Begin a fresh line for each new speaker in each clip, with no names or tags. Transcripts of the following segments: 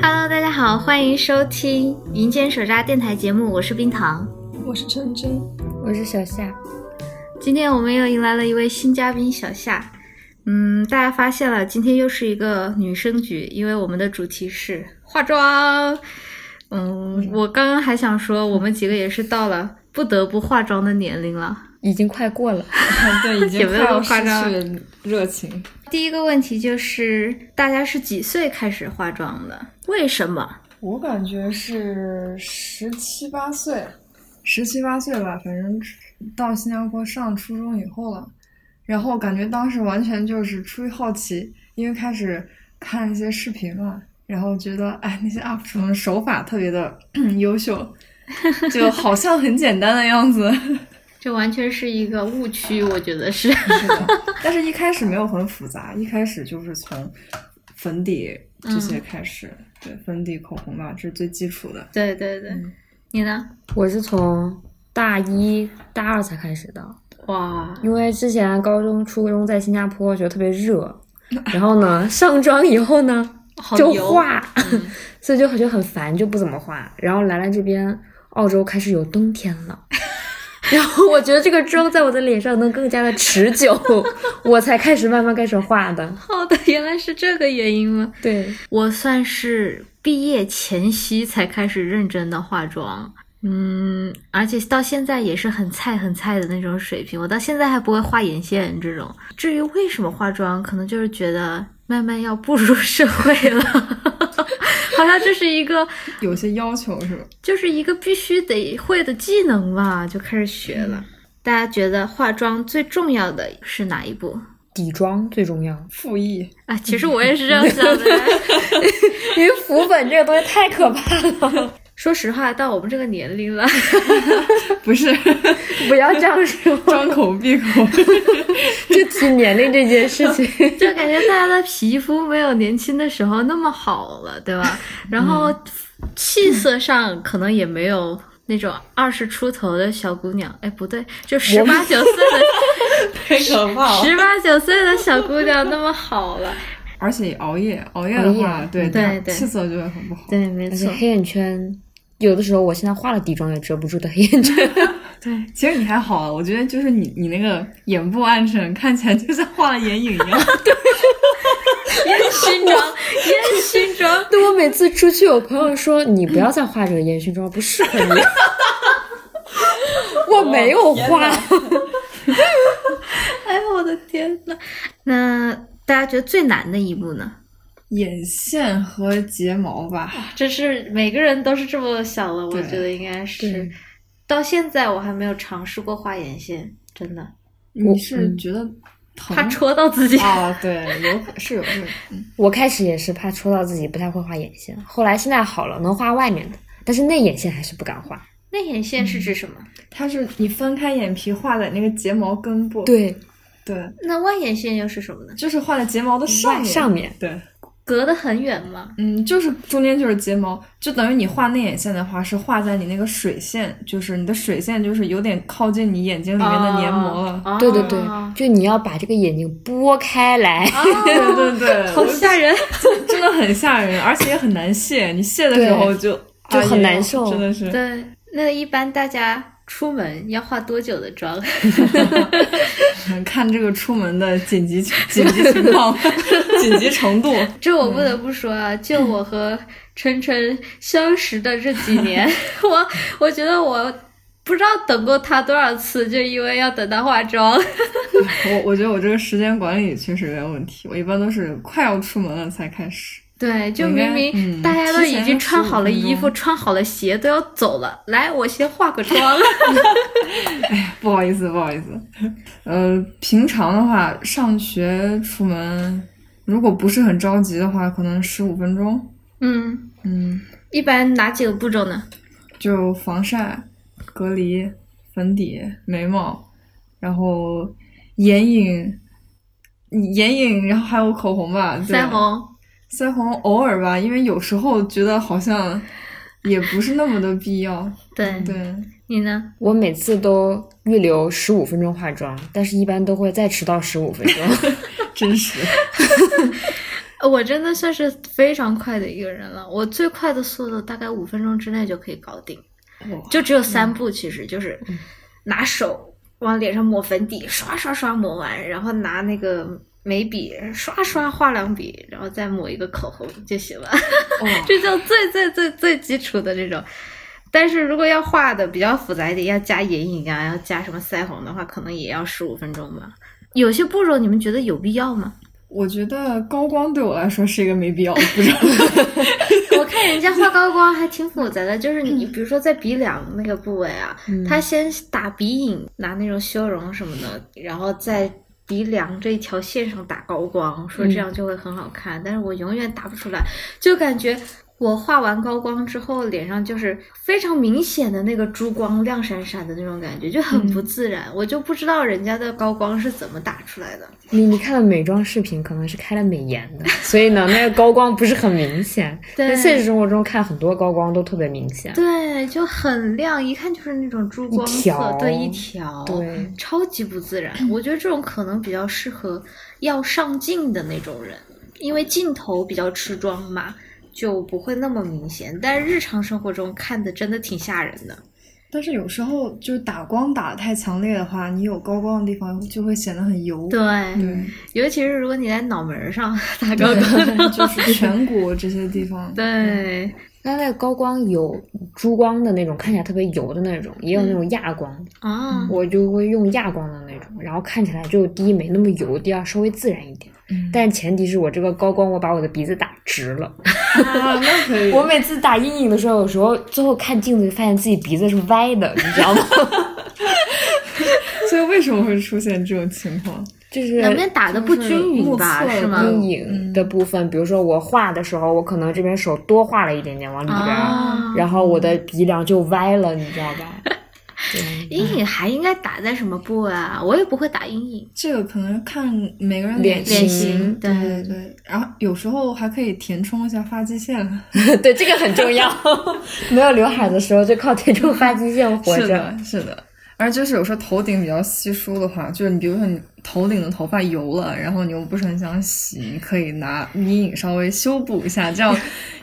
Hello，大家好，欢迎收听《银间手札》电台节目，我是冰糖。
我是陈真，
我是小夏，
今天我们又迎来了一位新嘉宾小夏。嗯，大家发现了，今天又是一个女生局，因为我们的主题是化妆。嗯，我刚刚还想说，我们几个也是到了不得不化妆的年龄了。
已经快过了，
对，已
也
经
没
快
有那
要
么
失
夸张
去热情。
第一个问题就是，大家是几岁开始化妆的？为什么？
我感觉是十七八岁，十七八岁吧，反正到新加坡上初中以后了。然后感觉当时完全就是出于好奇，因为开始看一些视频嘛，然后觉得哎那些 UP 主的手法特别的 优秀，就好像很简单的样子。
这完全是一个误区，我觉得是。
是的， 但是一开始没有很复杂，一开始就是从粉底这些开始，对，粉底、口红吧，这是最基础的。
对对对，嗯你呢？
我是从大一大二才开始的，
哇，
因为之前高中、初中在新加坡觉得特 别热，然后呢上妆以后呢
好
就
油
化，
嗯
所以就觉得很烦，就不怎么化。然后来了这边澳洲开始有冬天 了。然后我觉得这个妆在我的脸上能更加的持久， 我才开始慢慢开始化的。
好的，哦 原来是这个原因吗？
对，
我算是毕业前夕才开始认真的化妆，嗯，而且到现在也是很菜很菜的那种水平，我到现在还不会画眼线这种。至于为什么化妆，可能就是觉得慢慢要步入社会了， 好像这是一个
有些要求是吧？
就是一个必须得会的技能吧，就开始学了。
嗯
大家觉得化妆最重要的是哪一步？
底妆最重要，
复议，
啊，其实我也是这样想 的。
因为浮粉这个东西太可怕了，
说实话，到我们这个年龄了，
不是
不要这样说。
张口闭口，
就提年龄这件事情，
就感觉大家的皮肤没有年轻的时候那么好了，对吧？然后气色上可能也没有那种二十出头的小姑娘，哎，不对，就十八九 岁
太可怕
的十八九岁的小姑娘那么好 了。
而且熬夜，熬夜的
熬
话，
夜
对
对对
气色就会很不好。
对，没
而且黑眼圈，有的时候我现在画了底妆也遮不住的黑眼圈。
对，其实你还好啊，我觉得就是你你那个眼部暗沉，看起来就像画了眼影一样。
烟熏妆，烟熏妆。
对我每次出去，我朋友说你不要再画这个烟熏妆，不适合你。我没有画，
哎呦我的天呐，那大家觉得最难的一步呢？
眼线和睫毛吧，
这啊是每个人都是这么想的，我
对
觉得应该是
对。
到现在我还没有尝试过画眼线，真的
哦你是
嗯
觉得疼
怕戳到自己。
啊？对，有可是有这个。
我开始也是怕戳到自己，不太会画眼线。后来现在好了，能画外面的，但是内眼线还是不敢画。
内眼线是指什么？
它是你分开眼皮画在那个睫毛根部，
对，
对，
那外眼线又是什么呢？
就是画在睫毛的上面，
上面
对，
隔得很远吗？
嗯，就是中间就是睫毛，就等于你画内眼线的话是画在你那个水线，就是你的水线就是有点靠近你眼睛里面的黏膜 了，
哦
对对对
哦，
就你要把这个眼睛拨开来。
对对对，
好吓 人！
我真的很吓人，而且也很难卸，你卸的时候就
就
哎呦
很难受
真的是。
对，那一般大家出门要化多久的妆？
看这个出门的紧急紧急情 况、紧急程度，
这我不得
嗯
不说啊，就我和晨晨相识的这几 年，我我觉得我不知道等过他多少次，就因为要等他化妆。
我我觉得我这个时间管理确实有点问题，我一般都是快要出门了才开始。
对，就
应
明
该
明
嗯
大家都
提
已
前
经穿
15
好了
分
衣服、
钟
穿好了鞋，都要走了，来，我先化个妆。
不好意思，不好意思。呃，平常的话，上学出门，如果不是很着急的话，可能十五分钟。
嗯，
嗯，
一般哪几个步骤呢？
就防晒、隔离、粉底、眉毛，然后眼影、眼影，然后还有口红吧，对啊
腮、红。
腮红偶尔吧，因为有时候觉得好像也不是那么的必要。
对，
对，
你呢？
我每次都预留十五分 钟化妆，但是一般都会再迟到十五分钟。
真实。
呃我真的算是非常快的一个人了，我最快的速度大概五分钟之内就可以搞定，就只有
嗯
三步，其实就是拿手往脸上抹粉底，刷刷刷抹完，然后拿那个眉笔刷刷画两笔，然后再抹一个口红就行了。
哦
这就最最最最基础的这种。但是如果要画的比较复杂一点，要加眼影啊，要加什么腮红的话，可能也要十五分钟吧。有些步骤你们觉得有必要吗？
我觉得高光对我来说是一个没必要的步骤。
我看人家画高光还挺复杂的，就是你比如说在鼻梁那个部位啊，他先打鼻影，拿那种修容什么的，然后在鼻梁这一条线上打高光，说这样就会很好看。但是我永远打不出来，就感觉我画完高光之后，脸上就是非常明显的那个珠光亮闪闪的那种感觉，就很不自然。我就不知道人家的高光是怎么打出来的。
你你看了美妆视频，可能是开了美颜的，所以呢，那个高光不是很明显。
对
在现实生活中看很多高光都特别明显。
对，就很亮，一看就是那种珠光色
条，
对，一条，
对，
超级不自然。我觉得这种可能比较适合要上镜的那种人，因为镜头比较吃妆嘛，就不会那么明显。但日常生活中看的真的挺吓人的。
但是有时候就是打光打得太强烈的话，你有高光的地方就会显得很油。
对，
对，
尤其是如果你在脑门儿上打高 光，
就是颧骨这些地 方。
对，
它那个高光有珠光的那种，看起来特别油的那种，也有那种亚光，
啊，
我就会用亚光的那种，然后看起来就第一没那么油，第二稍微自然一点。
嗯
但前提是我这个高光，我把我的鼻子打直了。
啊，那可以。
我每次打阴影的时候，有时候最后看镜子就发现自己鼻子是歪的，你知道吗？
所以为什么会出现这种情况？
就是
两边打的不均匀吧，
就是目测
是吗？
的
阴
嗯
影的部分，比如说我画的时候，我可能这边手多画了一点点往里边儿，
啊，
嗯然后我的鼻梁就歪了，你知道吧？
阴影还应该打在什么部位啊？我也不会打阴影。
这个可能看每个人的
脸
脸型
型，
对
对对，然后有时候还可以填充一下发际线。
对，这个很重要。 没有刘海的时候，就靠填充发际线活
是
着。
的，是的。而就是有时候头顶比较稀疏的话，就是你比如说你头顶的头发油了，然后你又不是很想洗，你可以拿阴影稍微修补一下，这样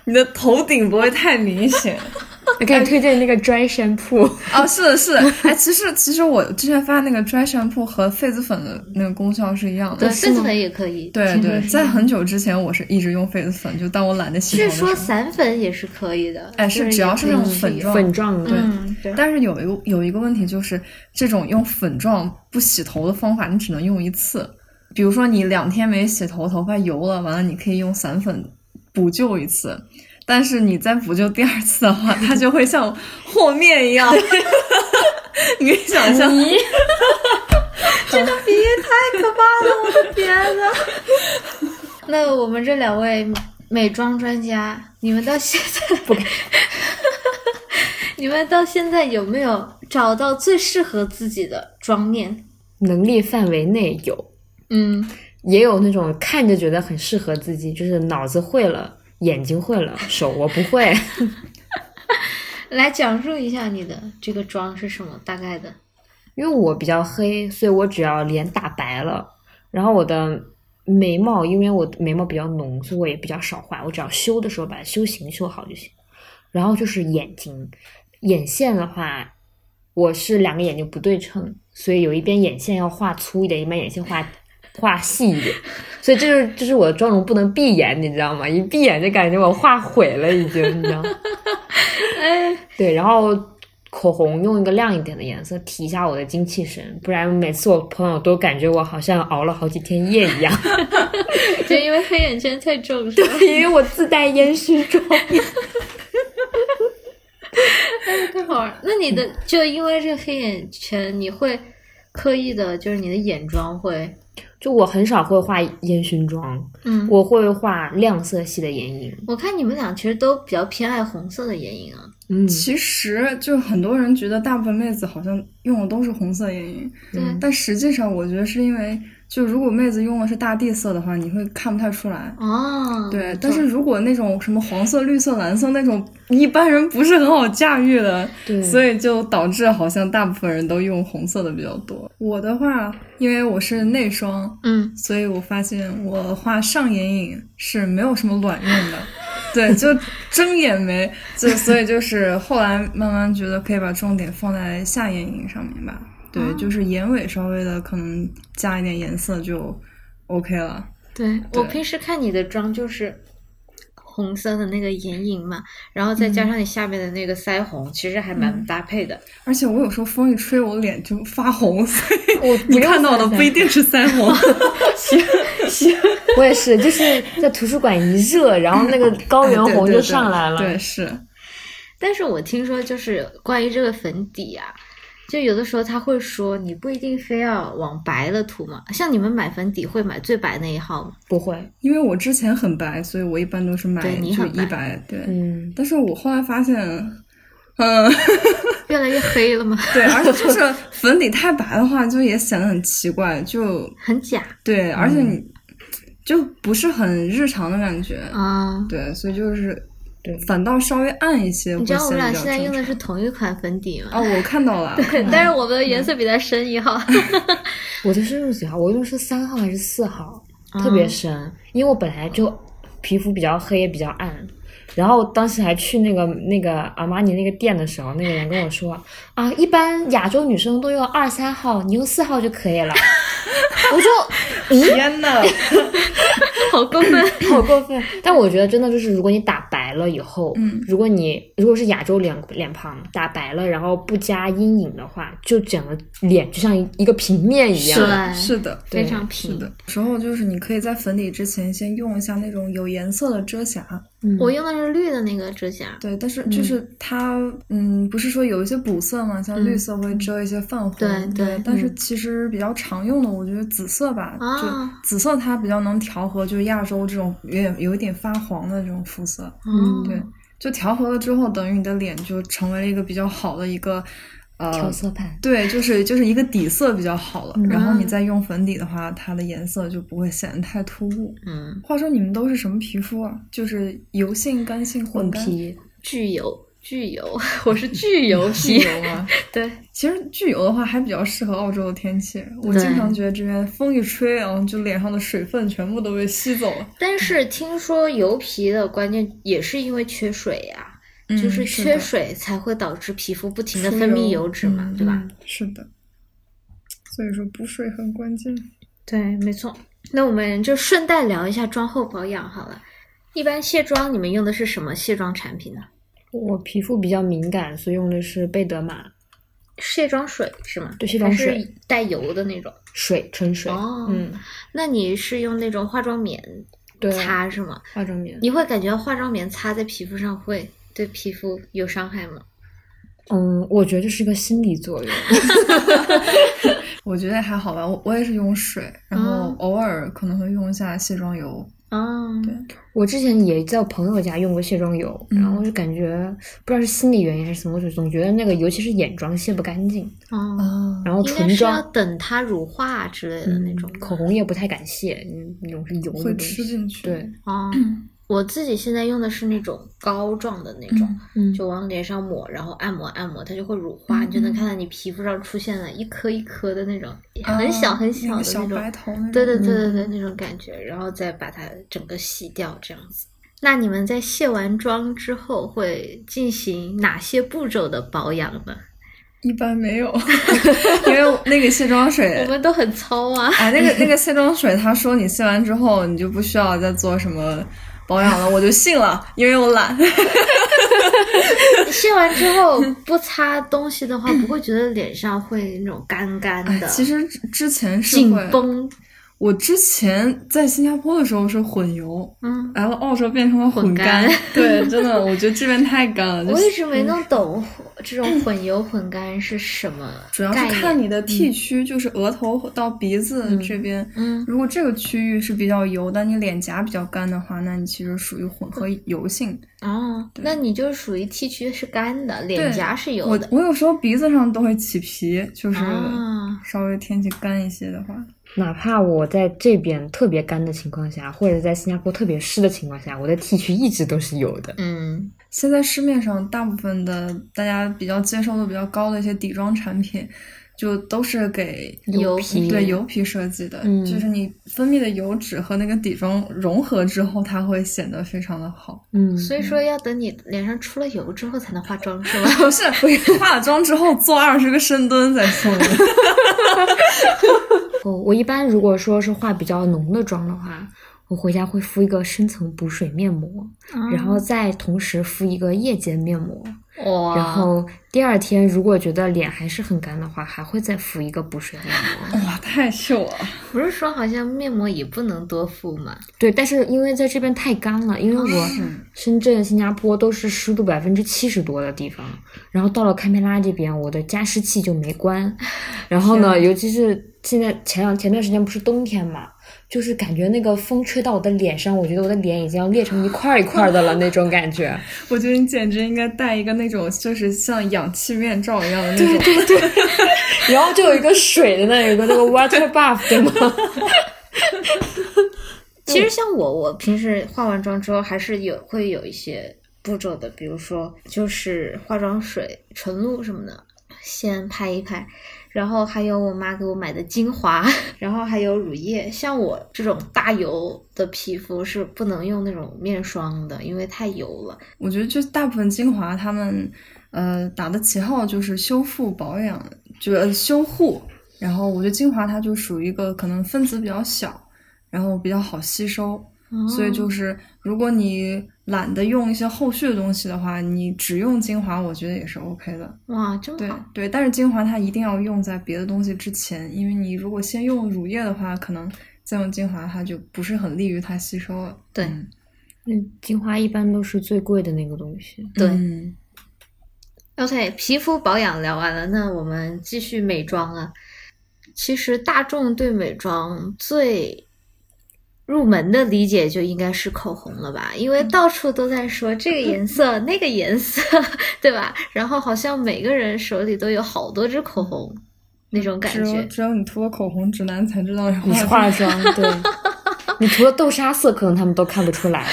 你的头顶不会太明显。
我给你推荐那个 dry shampoo，
哦，是的，是的。哎，其实其实我之前发现那个 dry shampoo 和痱子粉的那个功效是一样的
对，。痱子粉也可以。
对对，在很久之前我是一直用痱子粉，就当我懒得洗头
据
的时候
说。散粉也是可以的，
哎，
就是
只要是那种
也可以
粉状
粉状的。
嗯，对，
但是有一个有一个问题就是，这种用粉状不洗头的方法，你只能用一次。比如说你两天没洗头，头发油了，完了你可以用散粉补救一次。但是你再补救第二次的话， 它就会像和面一样。 你可以想象，
太可怕了，我的天呐！ 那我们这两位美妆专家，你们到现在 你们到现在有没有找到最适合自己的妆面？
能力范围内有，
嗯，
也有那种看着觉得很适合自己，就是脑子会了，眼睛会了，手我不会。
来讲述一下你的这个妆是什么大概的？
因为我比较黑，所以我只要脸打白了，然后我的眉毛，因为我的眉毛比较浓，所以我也比较少画，我只要修的时候把修形修好就行。然后就是眼睛，眼线的话，我是两个眼睛不对称，所以有一边眼线要画粗一点，一边眼线画。画细一点，所以这就是这是我的妆容不能闭眼，你知道吗？一闭眼就感觉我画毁了，已经，你知道吗？
哎，
对，然后口红用一个亮一点的颜色提一下我的精气神，不然每次我朋友都感觉我好像熬了好几天夜一样，
就因为黑眼圈太重，是吧？
因为我自带烟熏妆。
太好玩儿。那你的就因为这黑眼圈，你会刻意的，就是你的眼妆会，
就我很少会画烟熏妆，
嗯，我
我会画亮色系的眼影。
我看你们俩其实都比较偏爱红色的眼影啊。
嗯，
其实就很多人觉得大部分妹子好像用的都是红色眼影，
对
嗯
但实际上我觉得是因为，就如果妹子用的是大地色的话，你会看不太出来。
哦，
对，但是如果那种什么黄色、绿色、蓝色那种，一般人不是很好驾驭的，
对，
嗯所以就导致好像大部分人都用红色的比较多。我的话，因为我是内双，
嗯，
所以我发现我画上眼影是没有什么卵用的，对，就睁眼眉，就所以就是后来慢慢觉得可以把重点放在下眼影上面吧，对，
哦
就是眼尾稍微的可能加一点颜色就 OK 了，
对
对
我平时看你的妆就是红色的那个眼影嘛，然后再加
嗯
上你下面的那个腮红，其实还蛮搭配的。
而且我有时候风一吹我脸就发红，所以
我
你看到的不一
定。
定是腮红，
我也是，就是在图书馆一热，然后那个高 原红就上来了。
对，对对是。
但是我听说就是关于这个粉底啊，就有的时候他会说你不一定非要往白了涂嘛，像你们买粉底会买最白那一号吗？
不会，
因为我之前很白，所以我一般都是买
对你
就
很白
一白，对。
嗯，
但是我后来发现，嗯，
越来越黑了吗？
对，而且就是 粉底太白的话，就也显得很奇怪，就
很假
对，而且
嗯
你、就不是很日常的感觉，
啊。
对，所以就是
对
反倒稍微暗一些，
你知道我们俩
会
现
显
在
得比较
用的是
正常
同一款粉底吗？
哦，我看到了，
对，但是我们的颜色比它深一号。
我的是用几号？我用的是三号还是四号？特别深，因为我本来就皮肤比较黑，比较暗。然后当时还去那个那个阿玛尼那个店的时候，那个人跟我说啊，一般亚洲女生都用二三号，你用四号就可以了。 我就
天呐，
好过分！
好过分。但我觉得真的就是，如果你打白了以后，
嗯
如果你如果是亚洲脸脸庞打白了，然后不加阴影的话，就整个脸就像一个平面一样。
对，
是的。
对
非常
是
平
的，嗯有时候就是你可以在粉底之前先用一下那种有颜色的遮瑕，
嗯
我用的是绿的那个遮瑕，
对，但是就是它，嗯不是说有一些补色嘛，像绿
嗯
色会遮一些泛红，
对对嗯
但是其实比较常用的，我觉得紫色吧，
啊
就紫色它比较能调和，就是亚洲这种有点有一点发黄的这种肤色，
嗯
对，就调和了之后，等于你的脸就成为了一个比较好的一个，
调
呃。
色盘。
对，就是就是一个底色比较好了，
嗯
然后你再用粉底的话，它的颜色就不会显得太突兀。
嗯，
话说你们都是什么皮肤啊？就是油性、干性、混干
皮，
巨油巨油，我是巨油皮。
油吗？
对，
其实巨油的话还比较适合澳洲的天气，我
对
经常觉得这边风一吹，然后就脸上的水分全部都被吸走了。
但是听说油皮的关键也是因为缺水呀、就是
嗯
缺水才会导致皮肤不停的
出
分泌
油
油脂嘛，
嗯
对吧？
嗯是的，所以说补水很关键。
对，没错。那我们就顺带聊一下妆后保养好了。一般卸妆你们用的是什么卸妆产品呢？
我皮肤比较敏感，所以用的是贝德玛
卸妆水是吗？
对卸妆水
还是带油的那种。
水纯水。
哦
嗯，
那你是用那种化妆棉
对，
擦是吗？
化妆棉。
你会感觉化妆棉擦在皮肤上会对皮肤有伤害吗？
嗯，我觉得这是个心理作用。
我觉得还好吧，我我也是用水，然后
嗯
偶尔可能会用一下卸妆油。
哦，
对
我之前也在我朋友家用过卸妆油，
嗯
然后就感觉不知道是心理原因还是什么，就总觉得那个尤其是眼妆卸不干净，
哦，
啊
然后
应该
唇
是要
妆、嗯
等它乳化之类的那种吧。
口红也不太敢卸，嗯，那种是油的
会
东
吃
西。
进去。
对，
哦，
嗯
我自己现在用的是那种膏状的那种。
嗯，
嗯
就往脸上抹，然后按摩按摩，它就会乳化，
嗯
你就能看到你皮肤上出现了一颗一颗的那种很小
啊
很小的
那个小
那
白
种，
头那种。
对对对
嗯
对对，那种感觉，然后再把它整个洗掉这样子。那你们在卸完妆之后会进行哪些步骤的保养呢？
一般没 有，因为那个卸妆水，
我们都很糙啊，
哎，那个那个卸妆水，他说你卸完之后，你就不需要再做什么保养了，我就信了，因为我懒。
卸完之 后不擦东西的话，不会觉得脸上会那种干干的，
哎其实之之前是
紧
会，
绷，
我之前在新加坡的时候是混油，
嗯，
来了澳洲变成了
混
干。
干
对，真的，我觉得这边太干 了。就
嗯我
是
一直没弄懂这种混油混干是什么
主要
概
是
念
看你的剃须，就是额头到鼻子这边。
嗯
如果这个区域是比较油，但你脸颊比较干的话，那你其实属于混合油性。
哦，
对
那你就是属于剃须是干的，脸颊是油
我
的。
我有时候鼻子上都会起皮，就是
啊
稍微天气干一些的话，
哪怕我在这边特别干的情况下，或者在新加坡特别湿的情况下，我的剃须一直都是油的。
嗯
现在市面上大部分的大家比较接受度比较高的一些底妆产品，就都是给
油
皮
对油皮设计的，
嗯
就是你分泌的油脂和那个底妆融合之后，它会显得非常的好。
嗯，
所以说要等你脸上出了油之后才能化妆是吧？
不是化了妆之后做二十个深蹲再 说。
哦我我一般如果说是化比较浓的妆的话，我回家会敷一个深层补水面膜，
嗯
然后再同时敷一个夜间面膜。
哇，
然后第二天如果觉得脸还是很干的话，还会再敷一个补水面膜。
哇，太秀了！
不是说好像面膜也不能多敷吗？
对，但是因为在这边太干了，因为我深圳、新加坡都是湿度百分之七十多的地方，然后到了堪培拉这边，我的加湿器就没关。然后呢，尤其是现在前两前段时间不是冬天嘛，就是感觉那个风吹到我的脸上，我觉得我的脸已经要裂成一块儿一块儿的了那种感觉。
我觉得你简直应该戴一个那种就是像氧气面罩一样的那种。
然后就有一个水的那有个那个 water bath 对吗？
其实像我，我平时化完妆之后还是有会有一些步骤的，比如说就是化妆水、唇露什么的，先拍一拍，然后还有我妈给我买的精华，然后还有乳液。像我这种大油的皮肤是不能用那种面霜的，因为太油了。
我觉得就大部分精华他们呃打的旗号就是修复保养，就是呃修护。然后我觉得精华它就属于一个可能分子比较小，然后比较好吸收，
哦
所以就是如果你懒得用一些后续的东西的话，你只用精华，我觉得也是 OK 的。
哇，真
对
好，
对，但是精华它一定要用在别的东西之前，因为你如果先用乳液的话，可能再用精华，它就不是很利于它吸收了。
对
嗯
嗯，精华一般都是最贵的那个东西。
对。
嗯
OK，皮肤保养聊完了，那我们继续美妆啊。其实大众对美妆最入门的理解就应该是口红了吧，因为到处都在说这个颜色、那个颜色，对吧？然后好像每个人手里都有好多支口红，那种感
只有
觉。
只有你涂了口红，直男才知道你
你是
化了
化了妆，对。你涂了豆沙色，可能他们都看不出来。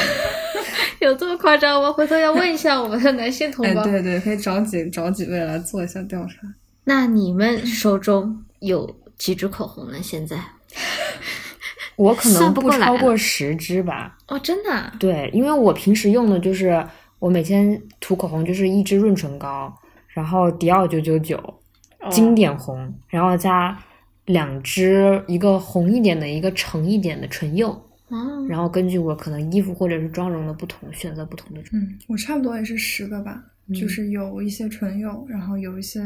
有这么夸张吗？回头要问一下我们的男性同
哎，
胞。
对对，可以找几找几位来做一下调查。
那你们手中有几支口红呢？现在？
我可
算
能
不
不
过来
超
了
过十支吧。
哦，真的啊？
对，因为我平时用的就是我每天涂口红就是一支润唇膏，然后迪奥九九九
哦
经典红，然后加两支一个红一点的，一个橙一点的唇釉，
嗯，
然后根据我可能衣服或者是妆容的不同，选择不同的唇。
嗯，我差不多也是十个吧，
嗯
就是有一些唇釉，然后有一些，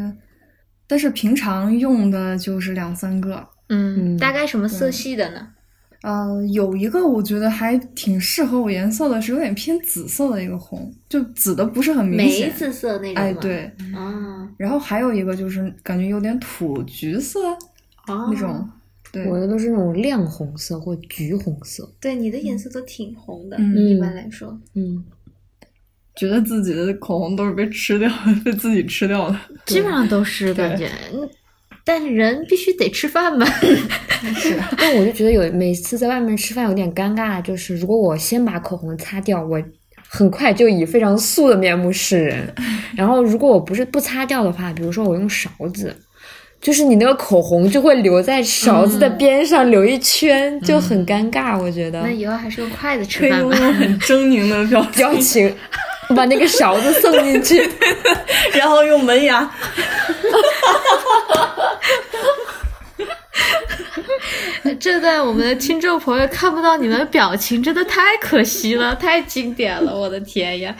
但是平常用的就是两三个。
嗯，
嗯
大概什么色
对
系的呢？
呃，有一个我觉得还挺适合我颜色的，是有点偏紫色的一个红，就紫的不是很明
梅
显。
子色那种
哎，
吗，
对。
啊，
然后还有一个就是感觉有点土橘色、
哦
那种，对，
嗯我的都是那种亮红色或橘红色。
对，你的颜色都挺红的，
嗯
一般来说，
嗯，
觉得自己的口红都是被吃掉、被自己吃掉的。
基本上都是
对
感觉，嗯但人必须得吃饭 嘛，
但我就觉得有每次在外面吃饭有点尴尬，就是如果我先把口红擦掉，我很快就以非常素的面目示人。 然后如果我不是不擦掉的话，比如说我用勺子，就是你那个口红就会留在勺子的边上留一圈，就很尴尬。我觉得
嗯那以后还是用筷子吃
可以
饭
用
吧
那。种 很狰狞的 表情，
表 情，我把那个勺子送进去。
然后用门牙。
这段我们的听众朋友看不到你们的表情，真的太可惜了，太经典了，我的天呀！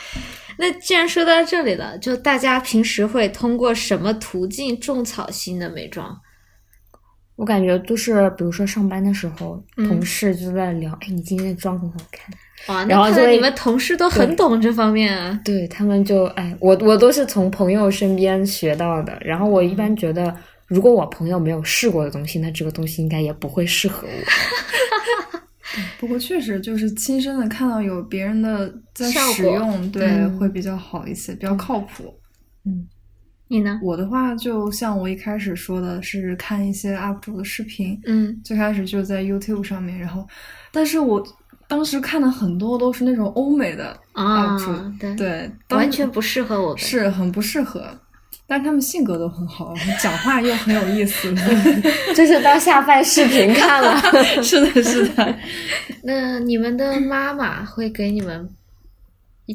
那既然说到这里了，就大家平时会通过什么途径种草新的美妆？
我感觉都是，比如说上班的时候，
嗯
同事就在聊，哎，你今天的妆很好看。
哇，
然
那
后
看
就
来
会
你们同事都很
对
懂这方面啊。
对他们就，哎，我我都是从朋友身边学到的。然后我一般觉得，如果我朋友没有试过的东西，那这个东西应该也不会适合我。
不过确实就是亲身的看到有别人的在
效果
使用，对，
嗯
会比较好一些，比较靠谱。
你呢？
我的话，就像我一开始说的，是看一些 UP 主的视频，
嗯，
最开始就在 YouTube 上面，然后，但是我当时看的很多都是那种欧美的，
啊
主，
对，
对，当
完全不适合我们。
是很嗯不适合，但是他们性格都很好，讲话又很有意 思，
这是当下饭视频看 了。
是的，是的，
那你们的妈妈会给你们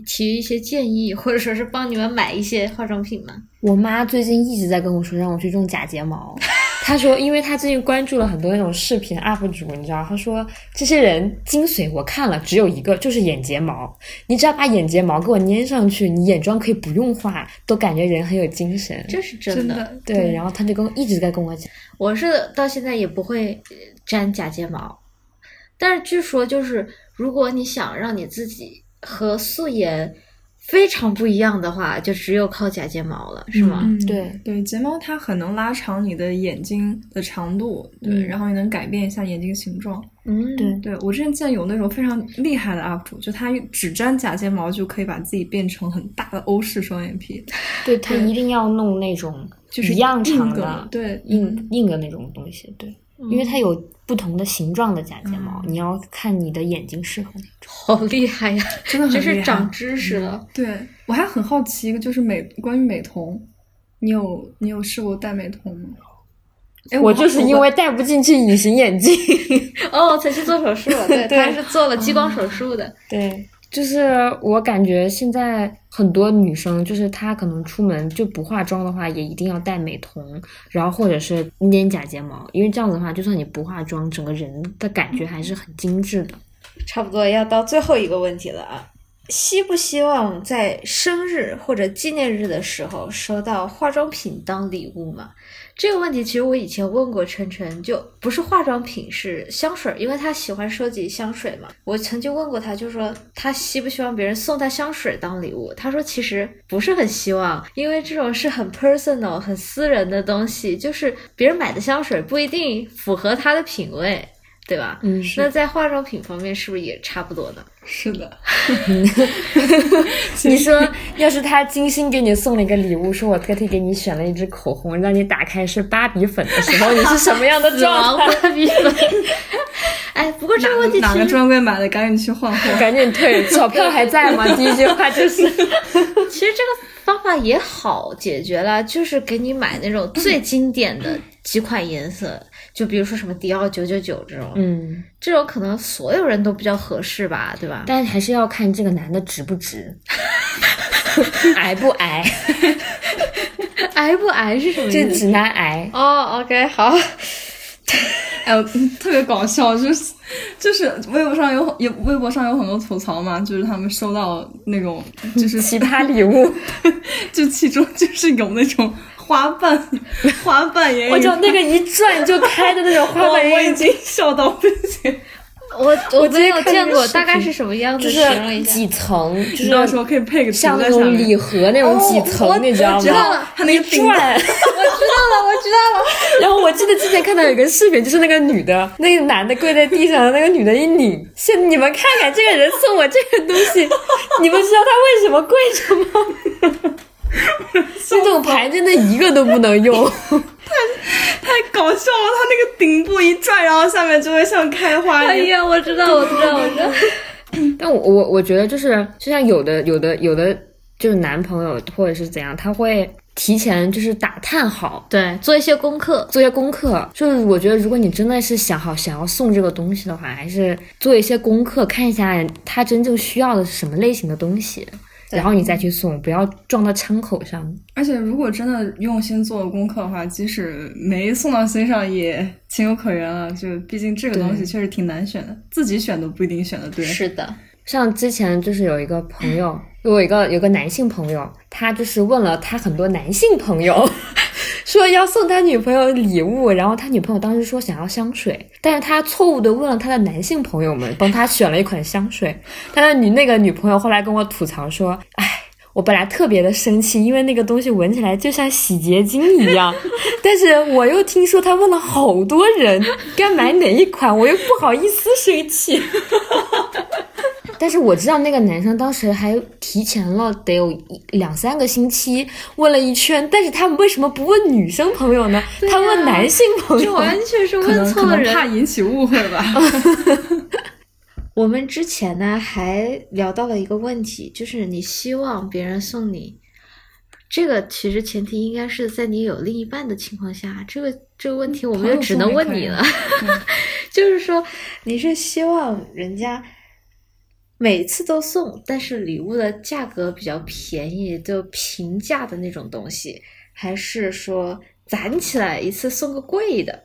提一些建议，或者说是帮你们买一些化妆品吗？
我妈最近一直在跟我说让我去种假睫毛，她说，因为她最近关注了很多那种视频 UP 主，你知道，她说这些人精髓我看了只有一个，就是眼睫毛，你只要把眼睫毛给我粘上去，你眼妆可以不用画，都感觉人很有精神。
这是真
真
的。
的，
对，然后她就跟我一直在跟我讲，
我是到现在也不会呃粘假睫毛，但是据说就是如果你想让你自己和素颜非常不一样的话，就只有靠假睫毛了，是吗？
嗯，
对
对，睫毛它很能拉长你的眼睛的长度，对，
嗯
然后也能改变一下眼睛形状。
嗯，
对
对我之前见有那种非常厉害的 UP 主，就他只粘假睫毛就可以把自己变成很大的欧式双眼皮，
对她
对
一定要弄那种
就是
一样
硬
长
梗
的
对，嗯
硬嗯硬的那种东西，对，因
嗯
为它有不同的形状的假睫毛，
嗯
你要看你的眼睛适合哪种。
好厉害呀！
真的很
真
厉
是
害
长知识了。
对我还很好奇一个，就是美关于美瞳，你有你有试过戴美瞳吗？哎，
我就是
好
因为戴不进去隐形眼镜。
哦，才去做手术了，对，
对
他是做了激光手术的。
对，就是我感觉现在很多女生，就是她可能出门就不化妆的话，也一定要戴美瞳，然后或者是粘假睫毛，因为这样子的话，就算你不化妆，整个人的感觉还是很精致的。
差不多要到最后一个问题了啊，希不希望在生日或者纪念日的时候收到化妆品当礼物嘛？这个问题其实我以前问过晨晨，就不是化妆品，是香水儿，因为他喜欢收集香水嘛。我曾经问过他，就说他希不希望别人送他香水当礼物？他说其实不是很希望，因为这种是很 personal、很私人的东西，就是别人买的香水不一定符合他的品味，对吧？
嗯，
那在化妆品方面是不是也差不多 呢？
是的，
你说，要是他精心给你送了一个礼物，说我特地给你选了一支口红，让你打开是芭比粉的时候，你是什么样的
死
状
亡
态？
芭比粉。 哎，不过这个问题
哪
其
个
实
专柜买的赶紧去换货。
赶紧退，钞票还在吗？第一句话就是，
其实这个方法也好解决了，就是给你买那种最经典的几款颜色，就比如说什么迪奥九九九这种，
嗯，
这种可能所有人都比较合适吧，对吧？
但还是要看这个男的值 不值，癌不癌，
癌不癌是
嗯
什么
这
意思？
直 男癌。
哦，OK，好，
哎，我嗯特别搞笑，就是就是微博上有有微博上有很多吐槽嘛，就是他们收到那种就是
奇葩礼物，
就其中就是有那种花瓣，花瓣也有
我就那个一转就开的那种花
我
瓣
我已
眼睛，
经笑到不行。
我我
今
没
天
有
看那
见
个
过，
视
大概
频
是什么样
就
子？
是
形容一 下。
几层，就
你到时
是
候可以配个图
像那
在下
种
面。
礼盒那种几
哦我
层，你知道
我知道
吗？
了，他那个顶
转，
我知道了，
然后我记得之前看到有一个视频，就是那个女的，那个男的跪在地上，那个女的一拧，现你们看看这个人送我这个东 西，你们知道他为什么跪着吗？ 这种牌真的一个都不能用，
太搞笑了，他那个顶部一转，然后下面就会像开花
哎
一样。
呀，我知道，我知道，我知道。
但我我我觉得就是，就像有的有的有的就是男朋友或者是怎样，他会提前就是打探好，
对，做一些功课，
做一些功课，就是我觉得，如果你真的是想好想要送这个东西的话，还是做一些功课，看一下他真正需要的是什么类型的东西，然后你再去送，不要撞到枪口上。
而且如果真的用心做功课的话，即使没送到心上，也情有可原了。就毕竟这个
对
东西确实挺难选的，自己选都不一定选的对。
是的，
像之前就是有一个朋友，我有一个有一个男性朋友，他就是问了他很多男性朋友， 说要送他女朋友礼物，然后他女朋友当时说想要香水，但是他错误的问了他的男性朋友们，帮他选了一款香水。他的女那个女朋友后来跟我吐槽说，哎。我本来特别的生气，因为那个东西闻起来就像洗洁精一样， 但是我又听说他问了好多人该买哪一款，我又不好意思生气。 但是我知道那个男生当时还提前了得有一两三个星期问了一圈，但是他们为什么不问女生朋友呢？
对呀
他问男性朋
这
友，
完全是
可
问
能
错
可
了
能
人。
怕引起误会 吧。
我们之前呢还聊到了一个问题，就是你希望别人送你，这个其实前提应该是在你有另一半的情况下，这个这个问题我们就只能问你了。
朋友送也可以
嗯就是说，你是希望人家每次都送，但是礼物的价格比较便宜，就平价的那种东西，还是说攒起来一次送个贵的？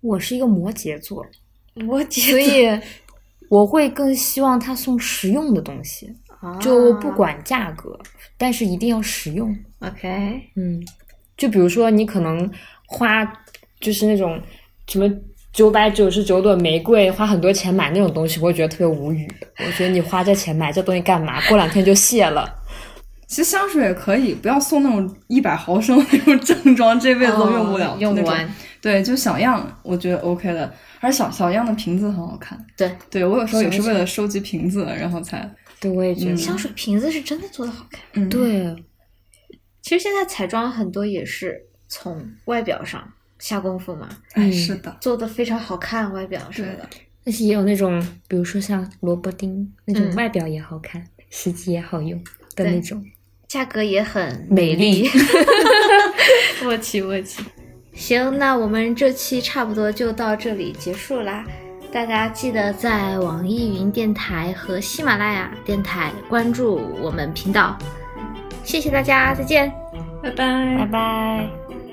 我是一个摩羯座，
我觉
所以我会更希望他送实用的东西，
得
就不管价格，但是一定要实用。
OK。
嗯，就比如说你可能花就是那种什么九百九十九朵玫瑰，花很多钱买那种东西，我会觉得特别无语。我觉得你花这钱买这东西干嘛？过两天就谢了。
其实香水也可以，不要送那种一百毫升的那种正装，这辈子都用不了、
哦用
那
不
种
完。
对，就小样，我觉得 OK 的。而且小小样的瓶子很好看。
对，
对我有时候也是
小
为了收集瓶子，然后才
对，我也觉得。
嗯
香水瓶子是真的做的好看。
嗯，
对，
其实现在彩妆很多也是从外表上下功夫嘛，
哎，
嗯
是的，
做的非常好看，外表什么的。
但是也有那种，比如说像萝卜丁那种
嗯，
外表也好看，实际也好用的那
对
种。
价格也很
美丽
丽。默契默契。行，那我们这期差不多就到这里结束啦。大家记得在网易云电台和喜马拉雅电台关注我们频道。谢谢大家，再见。
拜拜，拜拜。